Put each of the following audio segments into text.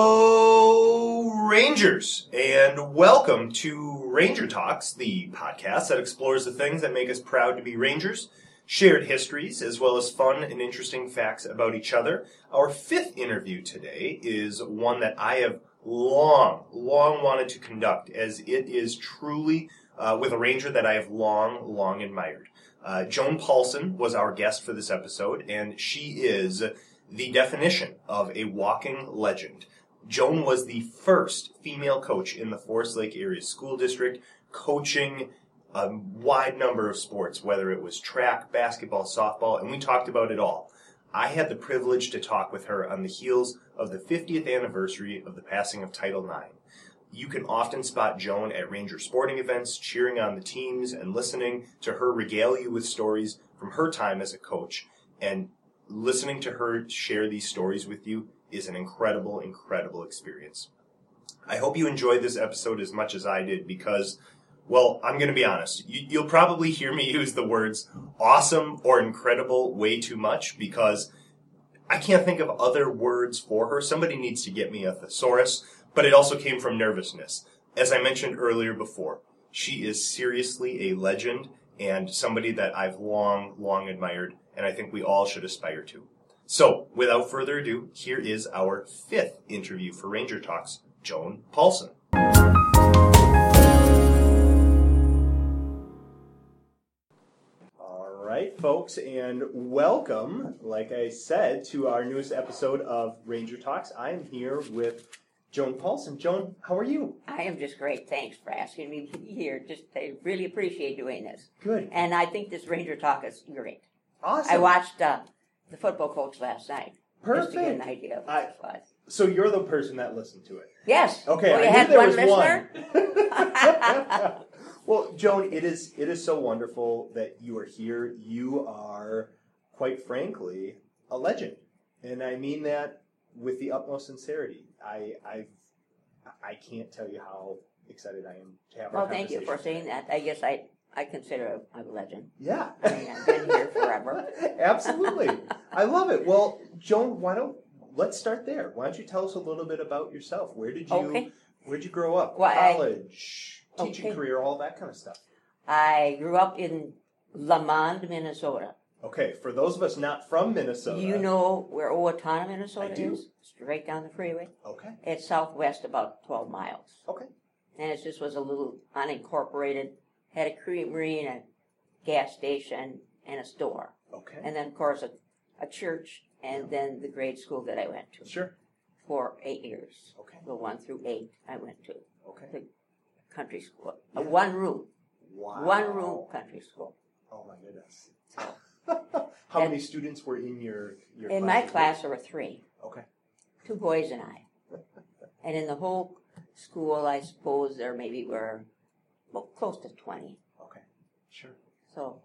Hello, Rangers, and welcome to Ranger Talks, the podcast that explores the things that make us proud to be Rangers, shared histories, as well as fun and interesting facts about each other. Our fifth interview today is one that I have long, long wanted to conduct, as it is truly uh, with a Ranger that I have long, long admired. Uh, Joan Paulson was our guest for this episode, and she is the definition of a walking legend. Joan was the first female coach in the Forest Lake Area School District, coaching a wide number of sports, whether it was track, basketball, softball, and we talked about it all. I had the privilege to talk with her on the heels of the 50th anniversary of the passing of Title IX. You can often spot Joan at Ranger sporting events, cheering on the teams and listening to her regale you with stories from her time as a coach. And listening to her share these stories with you is an incredible, incredible experience. I hope you enjoyed this episode as much as I did because, well, I'm going to be honest. You, you'll probably hear me use the words awesome or incredible way too much because I can't think of other words for her. Somebody needs to get me a thesaurus, but it also came from nervousness. As I mentioned earlier before, she is seriously a legend and somebody that I've long, long admired, and I think we all should aspire to. So, without further ado, here is our fifth interview for Ranger Talks, Joan Paulson. All right, folks, and welcome, like I said, to our newest episode of Ranger Talks. I am here with Joan Paulson. Joan, how are you? I am just great. Thanks for asking me to be here. Just I really appreciate doing this. Good. And I think this Ranger talk is great. Awesome. I watched uh, the football coach last night. Just to get an Perfect. idea of what I- it was. So you're the person that listened to it. Yes. Okay, Well, you I had knew there one was listener. one. well, Joan, it is it is so wonderful that you are here. You are, quite frankly, a legend, and I mean that with the utmost sincerity. I I I can't tell you how excited I am to have our Well, thank you for conversation. saying that. I guess I I consider I'm a legend. Yeah. I mean, I've been here forever. Absolutely. I love it. Well, Joan, why don't let's start there. Why don't you tell us a little bit about yourself? Where did you Okay. where'd you grow up? Well, I- College, teaching Okay. career, all that kind of stuff. I grew up in Lamond, Minnesota. Okay, for those of us not from Minnesota. you know where Owatonna, Minnesota I do. is? It's right down the freeway. Okay. It's southwest about 12 miles. Okay. and it just was a little unincorporated. Had a creamery and a gas station and a store, Okay. and then of course a, a church, and then the grade school that I went to sure. for eight years. Okay. The one through eight I went to Okay. country school, a one room, Wow. one room country school. Oh my goodness. How And- many students were in your your In my classes? class there were three, Okay. two boys and I, and in the whole school I suppose there maybe were well, close to twenty. Okay. Sure. So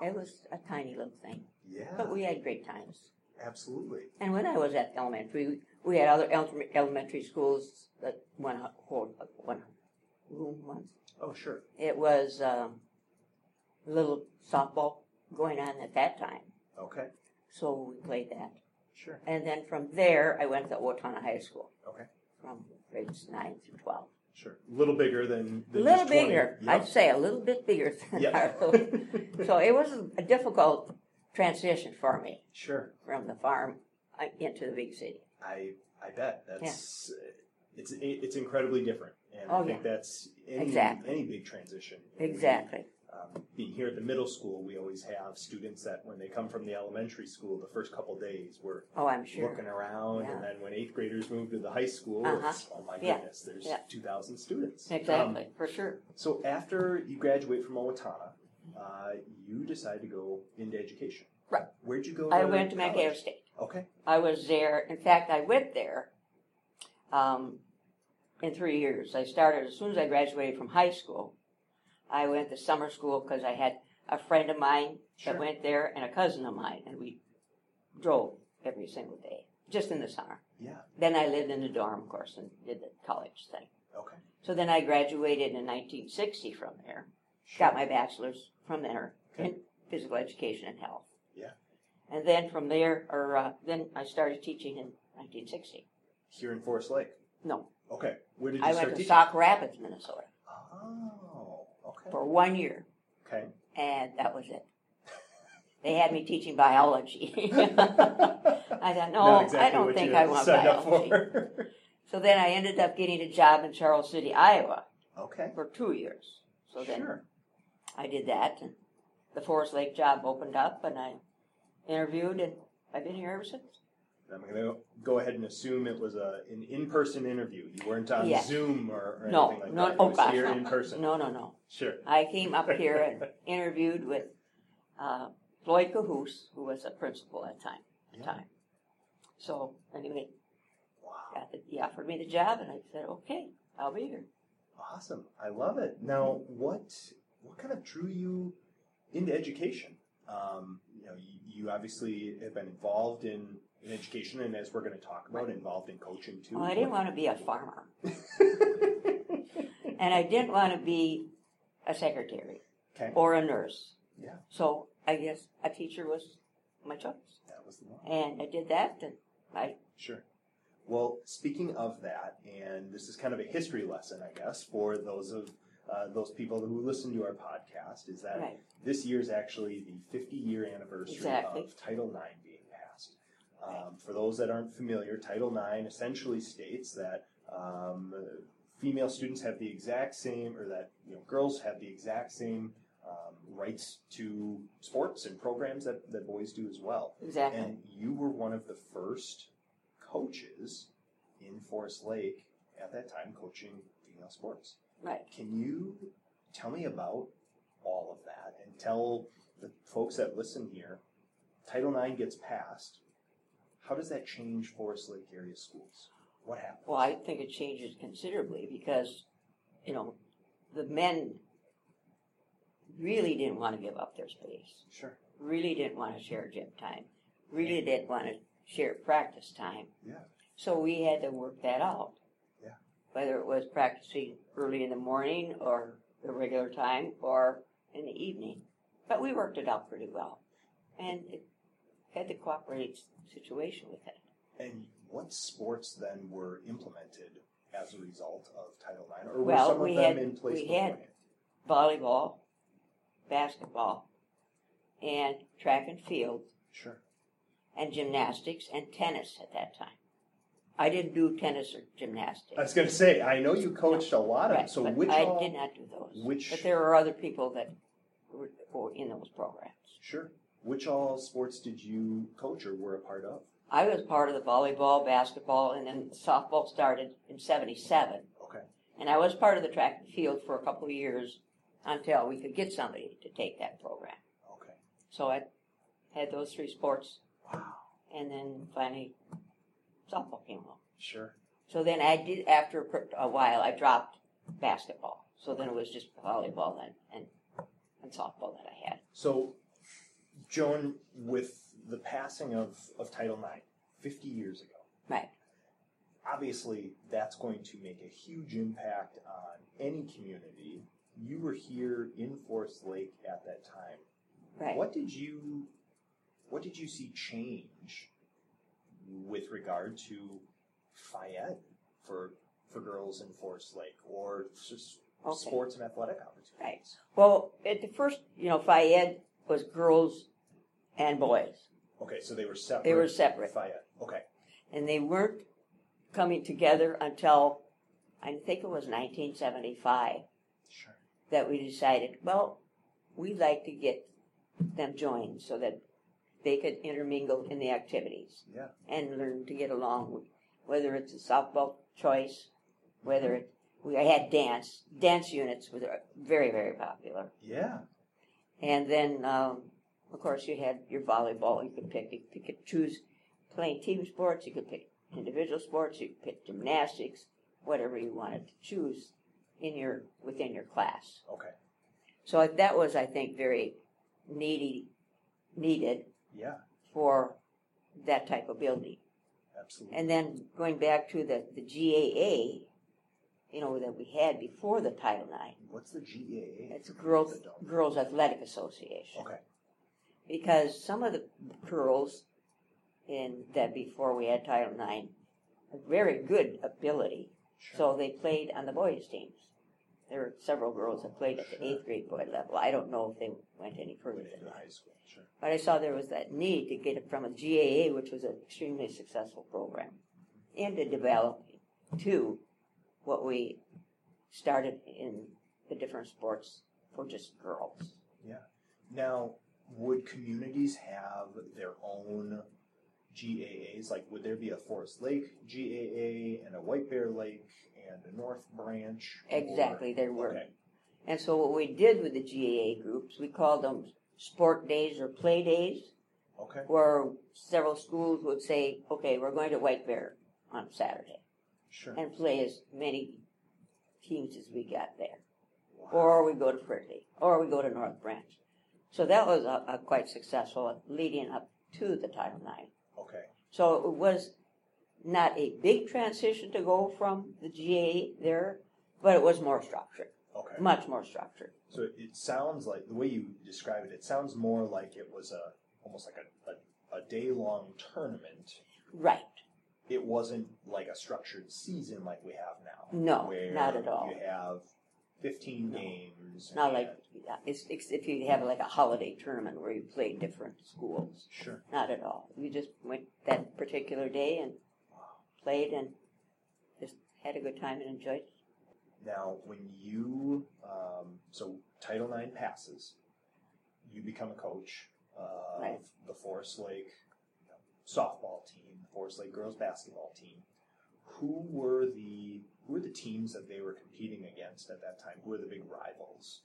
it was a tiny little thing, Yeah. but we had great times. Absolutely. And when I was at elementary, we- we had other el- elementary schools that one hu- whole one room once. Oh sure. It was um, a little softball going on at that time, Okay. so we played that. Sure. And then from there, I went to Owatonna High School Okay. from grades nine through twelve. Sure. A little bigger than, A than little just 20. bigger, Yep. I'd say, a little bit bigger than Yep. our. So it was a difficult transition for me sure. from the farm uh, into the big city. I I bet that's uh, it's it's incredibly different, and I Oh, think that's any Exactly. any big transition. Exactly. Um, being here at the middle school, we always have students that when they come from the elementary school, the first couple days we're Oh, I'm sure. looking around, and then when eighth graders move to the high school, Uh-huh. it's, oh my Yeah. goodness, there's Yeah. two thousand students. Um, Exactly, for sure. so after you graduate from Owatonna, uh, you decide to go into education. Right. Where'd you go? I went to college? Mankato State. Okay. I was there. In fact, I went there um, in three years. I started as soon as I graduated from high school. I went to summer school because I had a friend of mine Sure. that went there and a cousin of mine, and we drove every single day, just in the summer. Yeah. Then I lived in the dorm, of course, and did the college thing. Okay. So then I graduated in 1960 from there. Sure. got my bachelor's from there in Okay. physical education and health. Yeah. And then from there, or uh, then I started teaching in 1960. here in Forest Lake? No, Okay. Where did you I start went to teaching? Sauk Rapids, Minnesota, Oh, okay. for one year, Okay. and that was it. They had me teaching biology. I thought, no, Not exactly I don't what think you I want signed up biology. for. So then I ended up getting a job in Charles City, Iowa, okay. for two years. So then Sure. I did that, and the Forest Lake job opened up, and I interviewed, and I've been here ever since. I'm going to go ahead and assume it was a, an in-person interview. You weren't on Yes. Zoom or, or no, anything like no, that. oh it was gosh, here no. in person. No, no, no. Sure. I came up here and interviewed with uh, Floyd Cahoos, who was a principal at time. Yeah. time. So anyway, Wow. got the, he offered me the job, and I said, "Okay, I'll be here." Awesome. I love it. Now, what what kind of drew you into education? Um, you know, you, you obviously have been involved in, in education, and as we're going to talk about, involved in coaching too. Well, Oh, I didn't want to be a farmer, and I didn't want to be a secretary okay. or a nurse. Yeah. So I guess a teacher was my choice, That was the one. and I did that, and I Sure. Well, speaking of that, and this is kind of a history lesson, I guess, for those of uh, those people who listen to our podcast, is that right. this year is actually the 50 year anniversary Exactly. of Title IX being passed. Um, for those that aren't familiar, Title IX essentially states that um, uh, female students have the exact same, or that you know, girls have the exact same um, rights to sports and programs that, that boys do as well. Exactly. And you were one of the first coaches in Forest Lake at that time coaching female sports. right. Can you tell me about all of that and tell the folks that listen here? Title IX gets passed. How does that change Forest Lake area schools? What happens? Well, I think it changes considerably because, you know, the men really didn't want to give up their space, Sure. really didn't want to share gym time, really didn't want to share practice time. Yeah. So we had to work that out. Yeah. Whether it was practicing early in the morning or the regular time or in the evening. But we worked it out pretty well. And it had the cooperative situation with it. And what sports then were implemented as a result of Title IX, or were Well, some of we them had- in place we beforehand? volleyball, basketball, and track and field, Sure. and gymnastics and tennis at that time. I didn't do tennis or I gymnastics. was going to say, I know you coached a lot of. Right, so but which I all? did not do those. which- but there were other people that were, were in those programs. Sure. Which all sports did you coach or were a part of? I was part of the volleyball, basketball, and then softball started in '77, Okay. and I was part of the track and field for a couple of years until we could get somebody to take that program. Okay. So I had those three sports Wow. and then finally softball came along. Sure. So then I did after a pr- a while I dropped basketball. So then it was just volleyball then and and softball that I had. So, Joan, with the passing of, of Title IX 50 years ago, Right. obviously that's going to make a huge impact on any community. You were here in Forest Lake at that time. Right. What did you what did you see change with regard to FIED for for girls in Forest Lake or s- Okay. sports and athletic opportunities? Right. Well, at the first, you know, Fayette was girls and boys, Okay, so they were separate. They were separate. FIED. Okay. and they weren't coming together until I think it was 1975 Sure. that we decided, well, we'd like to get them joined so that they could intermingle in the activities. Yeah. and learn to get along, whether it's a softball choice, whether it, we had dance. Dance units were very, very popular. Yeah. And then, um, of course, you had your volleyball. You could pick, you could choose playing team sports, you could pick individual sports, you could pick gymnastics, whatever you wanted to choose in your, within your class. Okay. So that was, I think, very needy, needed Yeah. for that type of building. Absolutely. And then going back to the, the GAA, you know, that we had before the Title IX, What's the GAA? that's Girls, Girls Athletic Association. Okay. Because some of the girls in that before we had Title IX a very good ability. Sure. So they played on the boys' teams. There were several girls that played at the eighth grade boy level. I don't know if they went any further Within than that. high school, sure. But I saw there was that need to get it from a GAA, which was an extremely successful program, and to develop to what we started in the different sports for just girls. Now, would communities have their own GAAs? Like, would there be a Forest Lake GAA and a White Bear Lake and a North Branch? or- Exactly, there were. Okay. And so what we did with the GAA groups, we called them sport days or play days, Okay. where several schools would say, okay, we're going to White Bear on Saturday Sure. and play as many teams as we got there. Wow. or we go to Prairie, or we go to North Branch. So that was a, a quite successful leading up to the Title IX. okay. So it was not a big transition to go from the GA there, but it was more structured, Okay. much more structured. So it- it sounds like the way you describe it, it sounds more like it was a almost like a, a, a day long tournament. Right. It wasn't like a structured season like we have now. No, where not at all. You have fifteen No. games. Not and- like it's, it's if you have like a holiday tournament where you play different schools. sure. Not at all. We just went that particular day and played and just had a good time and enjoyed it. Now, when you um, so Title IX passes, you become a coach of Right. the Forest Lake you know, softball team, the Forest Lake girls basketball team. Who were the who were the teams that they were competing against at that time? Who were the big rivals?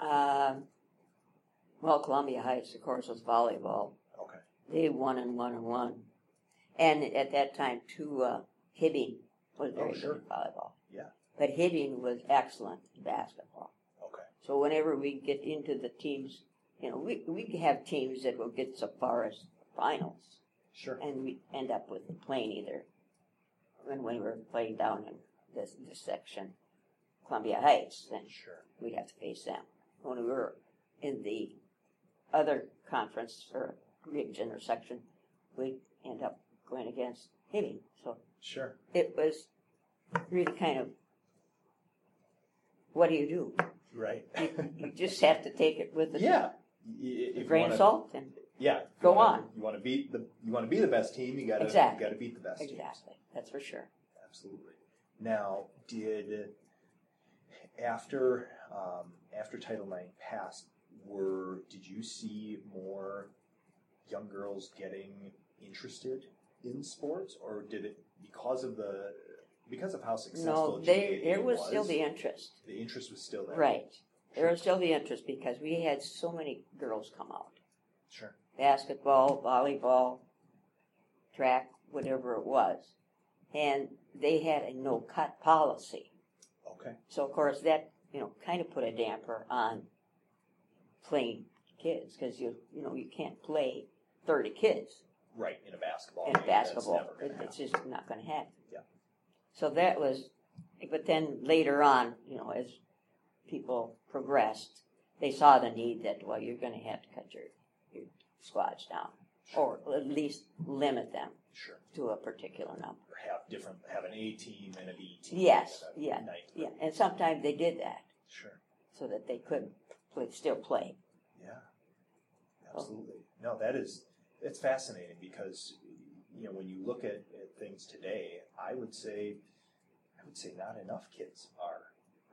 Um, well, Columbia Heights, of course, was volleyball. Okay, They won and won and won. And at that time, too, uh, Hibbing was very Oh, sure. good at volleyball. Yeah. But Hibbing was excellent in basketball. okay, So whenever we get into the teams, you know, we, we have teams that will get so far as finals, sure, and we end up with the plane either. When we were playing down in this, this section, Columbia Heights, then sure, we'd have to face them. When we were in the other conference or region or section, we'd end up going against Hibbing. So sure. it was really kind of what do you do? Right. You, you just have to take it with a yeah. Y- y- If you grain of wanna- salt and Yeah. you Go wanna- on. You want to beat the you want to be the best team. You gotta Exactly. you gotta beat the best teams. exactly. That's for sure. Absolutely. Now, did after um, after Title IX passed, were did you see more young girls getting interested in sports, or did it because of the because of how successful No, they, GAA there was was, still the interest. the interest was still there. Right. There was still the interest because we had so many girls come out. Sure. basketball, volleyball, track, whatever it was. And they had a no cut policy. Okay. So, of course, that, you know, kind of put a damper on playing kids because you, you know, you can't play 30 kids Right in a basketball. in game, that's basketball. never gonna It, it's just not going to happen. Yeah. So that was, but then later on, you know, as people progressed, they saw the need that, well, you're going to have to cut your, your squads down happen. or at least limit them sure. to a particular number. Or have different have an A team and a B team. Yes, and a yeah, night- Yeah, and sometimes they did that Sure. so that they could play, still play. Yeah, absolutely. No, that is it's fascinating because you know when you look at, at things today, I would say I would say not enough kids are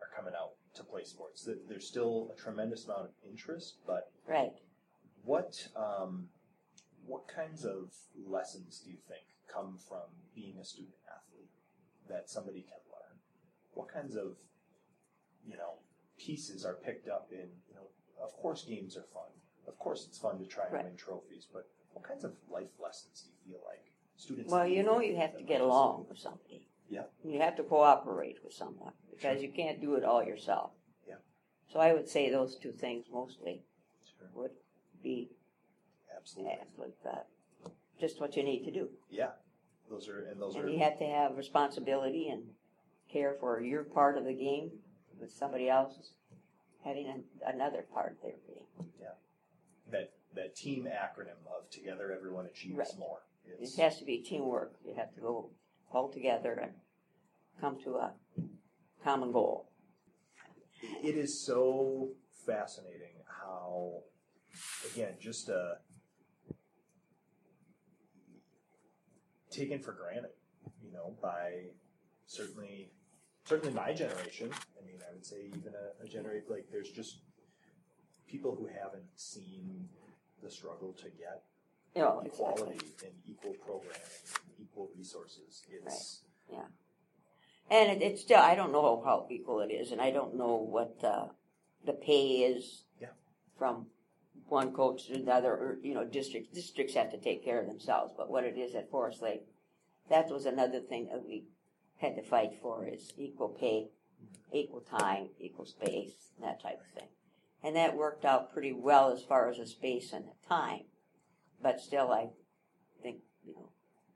are coming out to play sports. There- There's still a tremendous amount of interest, but Right. what um, what kinds of lessons do you think come from being a student athlete that somebody can learn? What kinds of you know pieces are picked up in you know? Of course, games are fun. Of course, it's fun to try and Right. win trophies. But what kinds of life lessons do you feel like students? Well, need you know, you have to that get participate? along with somebody. Yeah. You have to cooperate with someone because you can't do it all yourself. Yeah. So I would say those two things mostly Sure. would be Absolutely. like that. Just what you need to do. Yeah. Those are and those are And you have to have responsibility and care for your part of the game with somebody else having an, another part of their game. that that team acronym of together everyone achieves Right. more. It It's, has to be teamwork. You have to go all together and come to a common goal. it is so fascinating how again just uh taken for granted you know by certainly certainly my generation i mean i would say even a, a generation like there's just people who haven't seen the struggle to get You know, equality and equal programming, and equal resources. It's And it, it's still, I don't know how equal it is, and I don't know what the, the pay is Yeah. from one coach to another, or, you know, district, districts have to take care of themselves, but what it is at Forest Lake, that was another thing that we had to fight for is equal pay, equal time, equal space, that type of thing. And that worked out pretty well as far as the space and the time, but still I think, you know,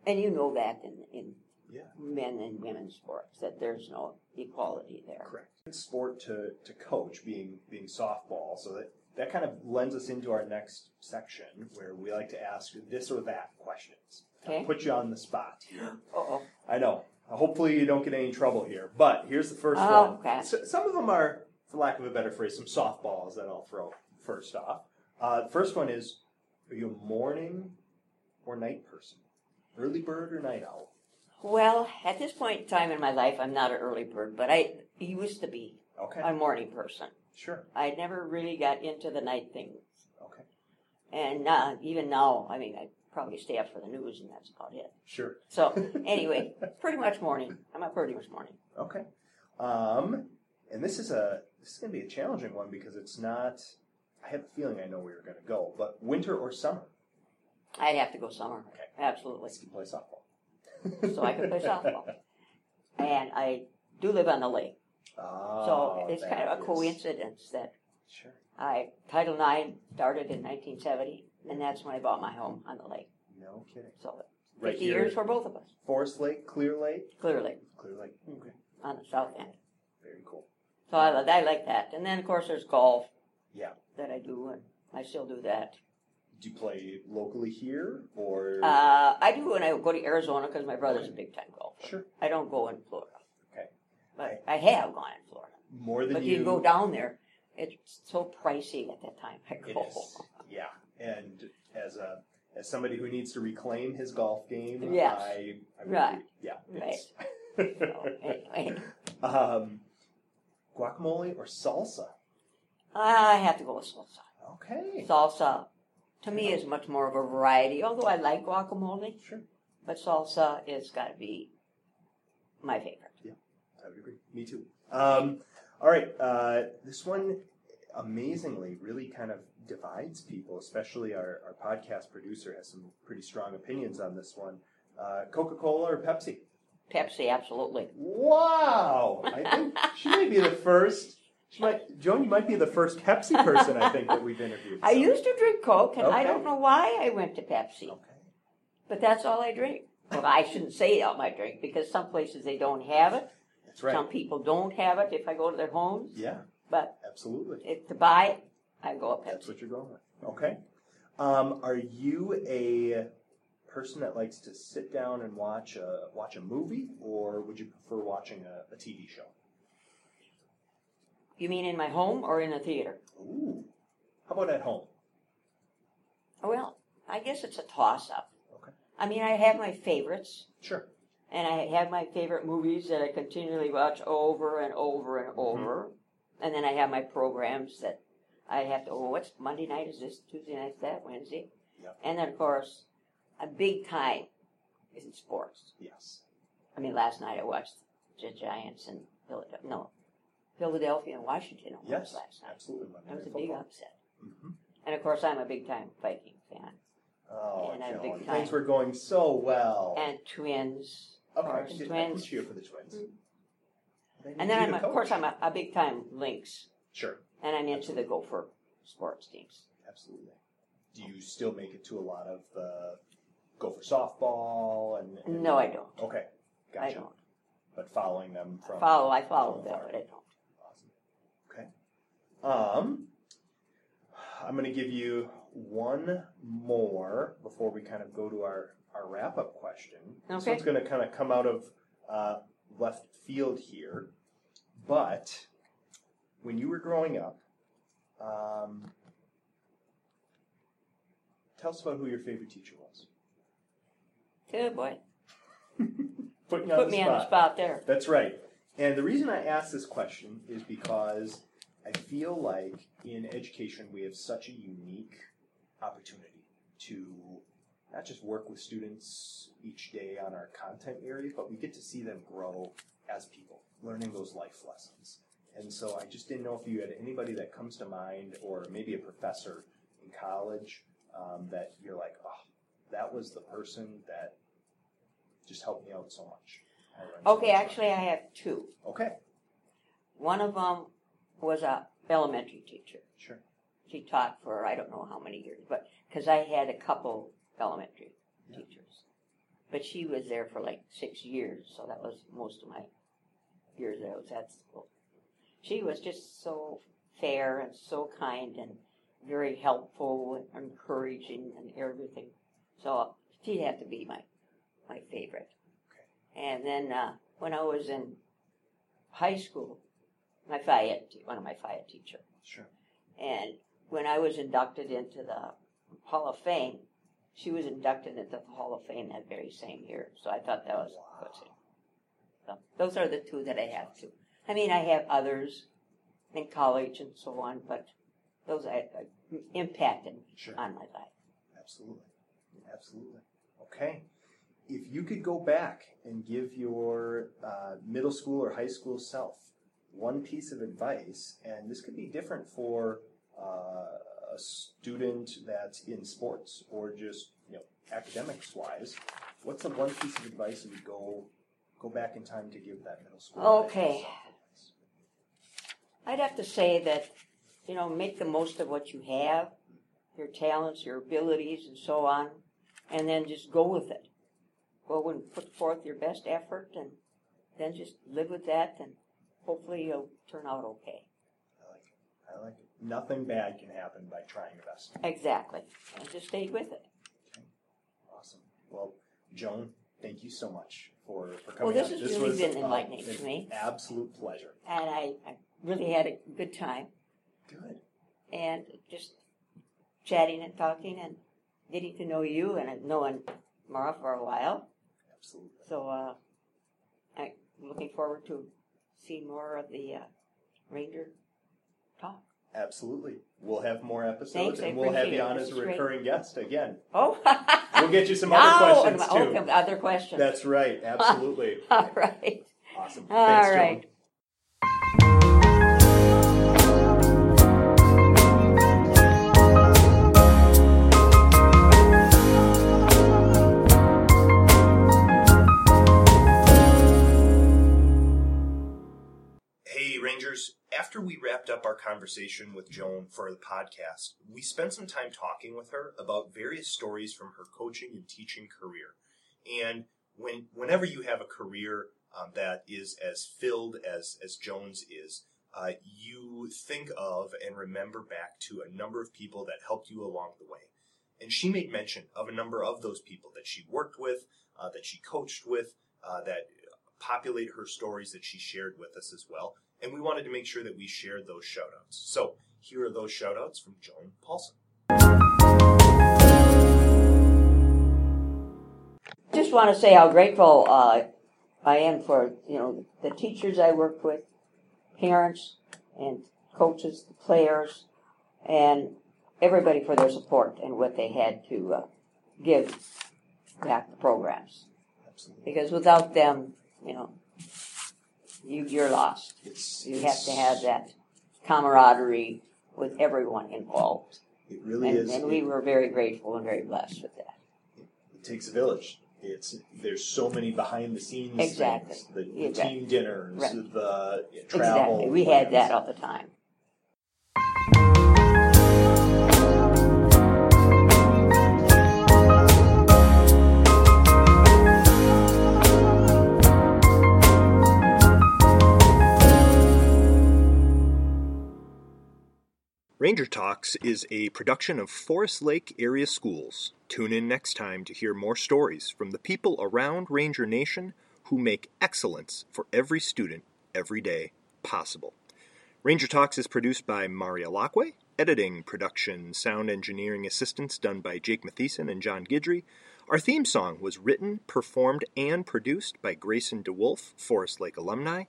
and you know that in, in yeah, men and women's sports that there's no equality there. correct. Sport to, to coach being being softball, so that that kind of lends us into our next section where we like to ask this or that questions. Okay. Put you on the spot here. Oh, I know. Hopefully, you don't get any trouble here. But here's the first Oh, one. crap. S- some of them are, for lack of a better phrase, some softballs that I'll throw first off. Uh, the first one is Are you a morning or night person? Early bird or night owl? well, at this point in time in my life, I'm not an early bird, but I used to be Okay. a morning person. sure. I never really got into the night thing, Okay. and uh, even now, I mean, I probably stay up for the news, and that's about it. Sure. So, anyway, pretty much morning. I'm up pretty much morning. Okay. Um, and this is a this is going to be a challenging one because it's not. I have a feeling I know where you're going to go, but winter or summer? I'd have to go somewhere, Okay. absolutely, Let's play softball. so I could play softball. And I do live on the lake, so Ah, it's that kind of a is- coincidence that Sure. I Title IX started in 1970, and that's when I bought my home on the lake. No kidding. So 50 Right here, years for both of us, Forest Lake, Clear Lake, clearly Clear Lake. Okay. on the south end. Very cool. So I, li- I like that. And then of course there's golf. Yeah. That I do, and I still do that. Do you play locally here or? Uh, I do when I go to Arizona because my brother's a big time golfer. sure. I don't go in Florida. Okay. But I have gone in Florida. More than But you, go down there, it's so pricey at that time. I It go. is. Yeah, and as a as somebody who needs to reclaim his golf game, Yes. I, I would Right. agree. Yeah. Right. So, it's- anyway, um, guacamole or salsa? I have to go with salsa. Okay. salsa to me is much more of a variety although i like guacamole Sure. but salsa is got to be my favorite I would agree. Me too. Um, all right. Uh, this one, amazingly, really kind of divides people, especially our, our podcast producer has some pretty strong opinions on this one. Uh, Coca Cola or Pepsi? pepsi absolutely Wow. I think she may be the first. She might, Joan, you might be the first Pepsi person I think that we've interviewed. i so- used to drink coke and i Okay. don't know why i went to pepsi Okay. but that's all i drink well i shouldn't say all my drink because some places they don't have it That's right. some people don't have it if i go to their homes Yeah, but absolutely. if to buy it i go with That's pepsi what you're going with. Okay. Um, are you a person that likes to sit down and watch a watch a movie, or would you prefer watching a, a TV show? you mean in my home or in a theater Ooh. How about at home? well i guess it's a toss up Okay. i mean i have my favorites Sure. and I have my favorite movies that I continually watch over and over Mm-hmm. and over. And then I have my programs that I have to, oh, what's Monday night is this, Tuesday night's that, Wednesday? Yep. And then, of course, a big time is in sports. Yes. I memean, last night I watched the Giants and Philadelphia, no, Philadelphia and Washington almost Yes. last night. Absolutely. Monday That was a Night big Football. upset. Mhm. And, of course, I'm a big time Viking fan. Oh, And I Joan, think things I- were going so well. And twins. of okay, I course, can, do- I can twins. cheer for the twins. Mm. They need And then you I'm, to a, of course, coach. I'm a, a big time Lynx Sure, and I'm into the Gopher sports teams. absolutely. Do you still make it to a lot of the go for softball and? and- No, I don't. Okay, I gotcha. don't But following them from follow. I follow from them, afar. but I don't. Awesome. Okay. Um, I'm going to give you one more before we kind of go to our our wrap up question. This Okay. one's going to kind of come out of uh, left field here, but when you were growing up, um, tell us about who your favorite teacher was. Good boy. Putting you Put me on the spot there. That's right. And the reason I ask this question is because I feel like in education we have such a unique opportunity to not just work with students each day on our content area, but we get to see them grow as people, learning those life lessons. And so I just didn't know if you had anybody that comes to mind, or maybe a professor in college um, that you're like, oh, that was the person that just helped me out so much. I learned so Okay, much." actually, I have two. Okay, One of them was a elementary teacher. sure. She taught for I don't know how many years, but because I had a couple elementary Yeah. teachers, but she was there for like six years, so that was most of my years that I was at school. She was just so fair and so kind and very helpful and encouraging and everything. So she'd have to be my my favorite. And then uh, when I was in high school, my FIAT, one of my FIAT teacher. Sure. And when I was inducted into the Hall of Fame, she was inducted into the Hall of Fame that very same year. So I thought that was Wow. coaching. So those are the two that I have to. I mean, I have others in college and so on, but those I, I impacted Sure. on my life. Absolutely. Absolutely. Okay. If you could go back and give your uh, middle school or high school self one piece of advice, and this could be different for uh, a student that's in sports or just you know academics wise, what's the one piece of advice you would go go back in time to give that middle school? or high school Okay. self advice? I'd have to say that, you know, make the most of what you have, your talents, your abilities, and so on, and then just go with it. Go and put forth your best effort, and then just live with that, and hopefully you'll turn out okay. I like it. I like it. Nothing bad can happen by trying your best. Exactly. And just stay with it. Awesome. Well, Joan, thank you so much for, for coming. Well, this on. has this really was, been uh, enlightening an to me. Absolute pleasure. And I, I really had a good time, Good. and just chatting and talking and getting to know you and knowing Mara for a while. Absolutely. So uh, I'm looking forward to seeing more of the uh, Ranger talk. Absolutely. We'll have more episodes Thanks, I and we'll have you appreciate it. on This as a is great. recurring guest again. Oh, We'll get you some No, other questions and- too. Okay, other questions. That's right. Absolutely. All right. awesome. All Thanks, Joan. right. Hey, Rangers, after we wrapped up our conversation with Joan for the podcast, we spent some time talking with her about various stories from her coaching and teaching career. And when, whenever you have a career um, that is as filled as, as Joan's is, uh, you think of and remember back to a number of people that helped you along the way. And she made mention of a number of those people that she worked with, uh, that she coached with, uh, that populate her stories that she shared with us as well. And we wanted to make sure that we shared those shout outs. So here are those shout outs from Joan Paulson. Just want to say how grateful uh, I am for you know the teachers I worked with, parents and coaches, the players, and everybody for their support and what they had to uh, give back the programs. Absolutely. because without them, you know, you, you're lost. It's, You have it's- to have that camaraderie with everyone involved, It really and, is. and we it, were very grateful and very blessed with that. it takes a village. It's there's so many behind the scenes Exactly. things. The, the Exactly. team dinners, Right. the travel. exactly, we had plans. that all the time. Ranger Talks is a production of Forest Lake Area Schools. Tune in next time to hear more stories from the people around Ranger Nation who make excellence for every student every day possible. Ranger Talks is produced by Maria Lockway, editing, production, sound engineering assistance done by Jake Matheson and John Guidry. Our theme song was written, performed, and produced by Grayson DeWolf, Forest Lake alumni.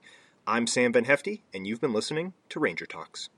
I'm Sam Van Hefty, and you've been listening to Ranger Talks.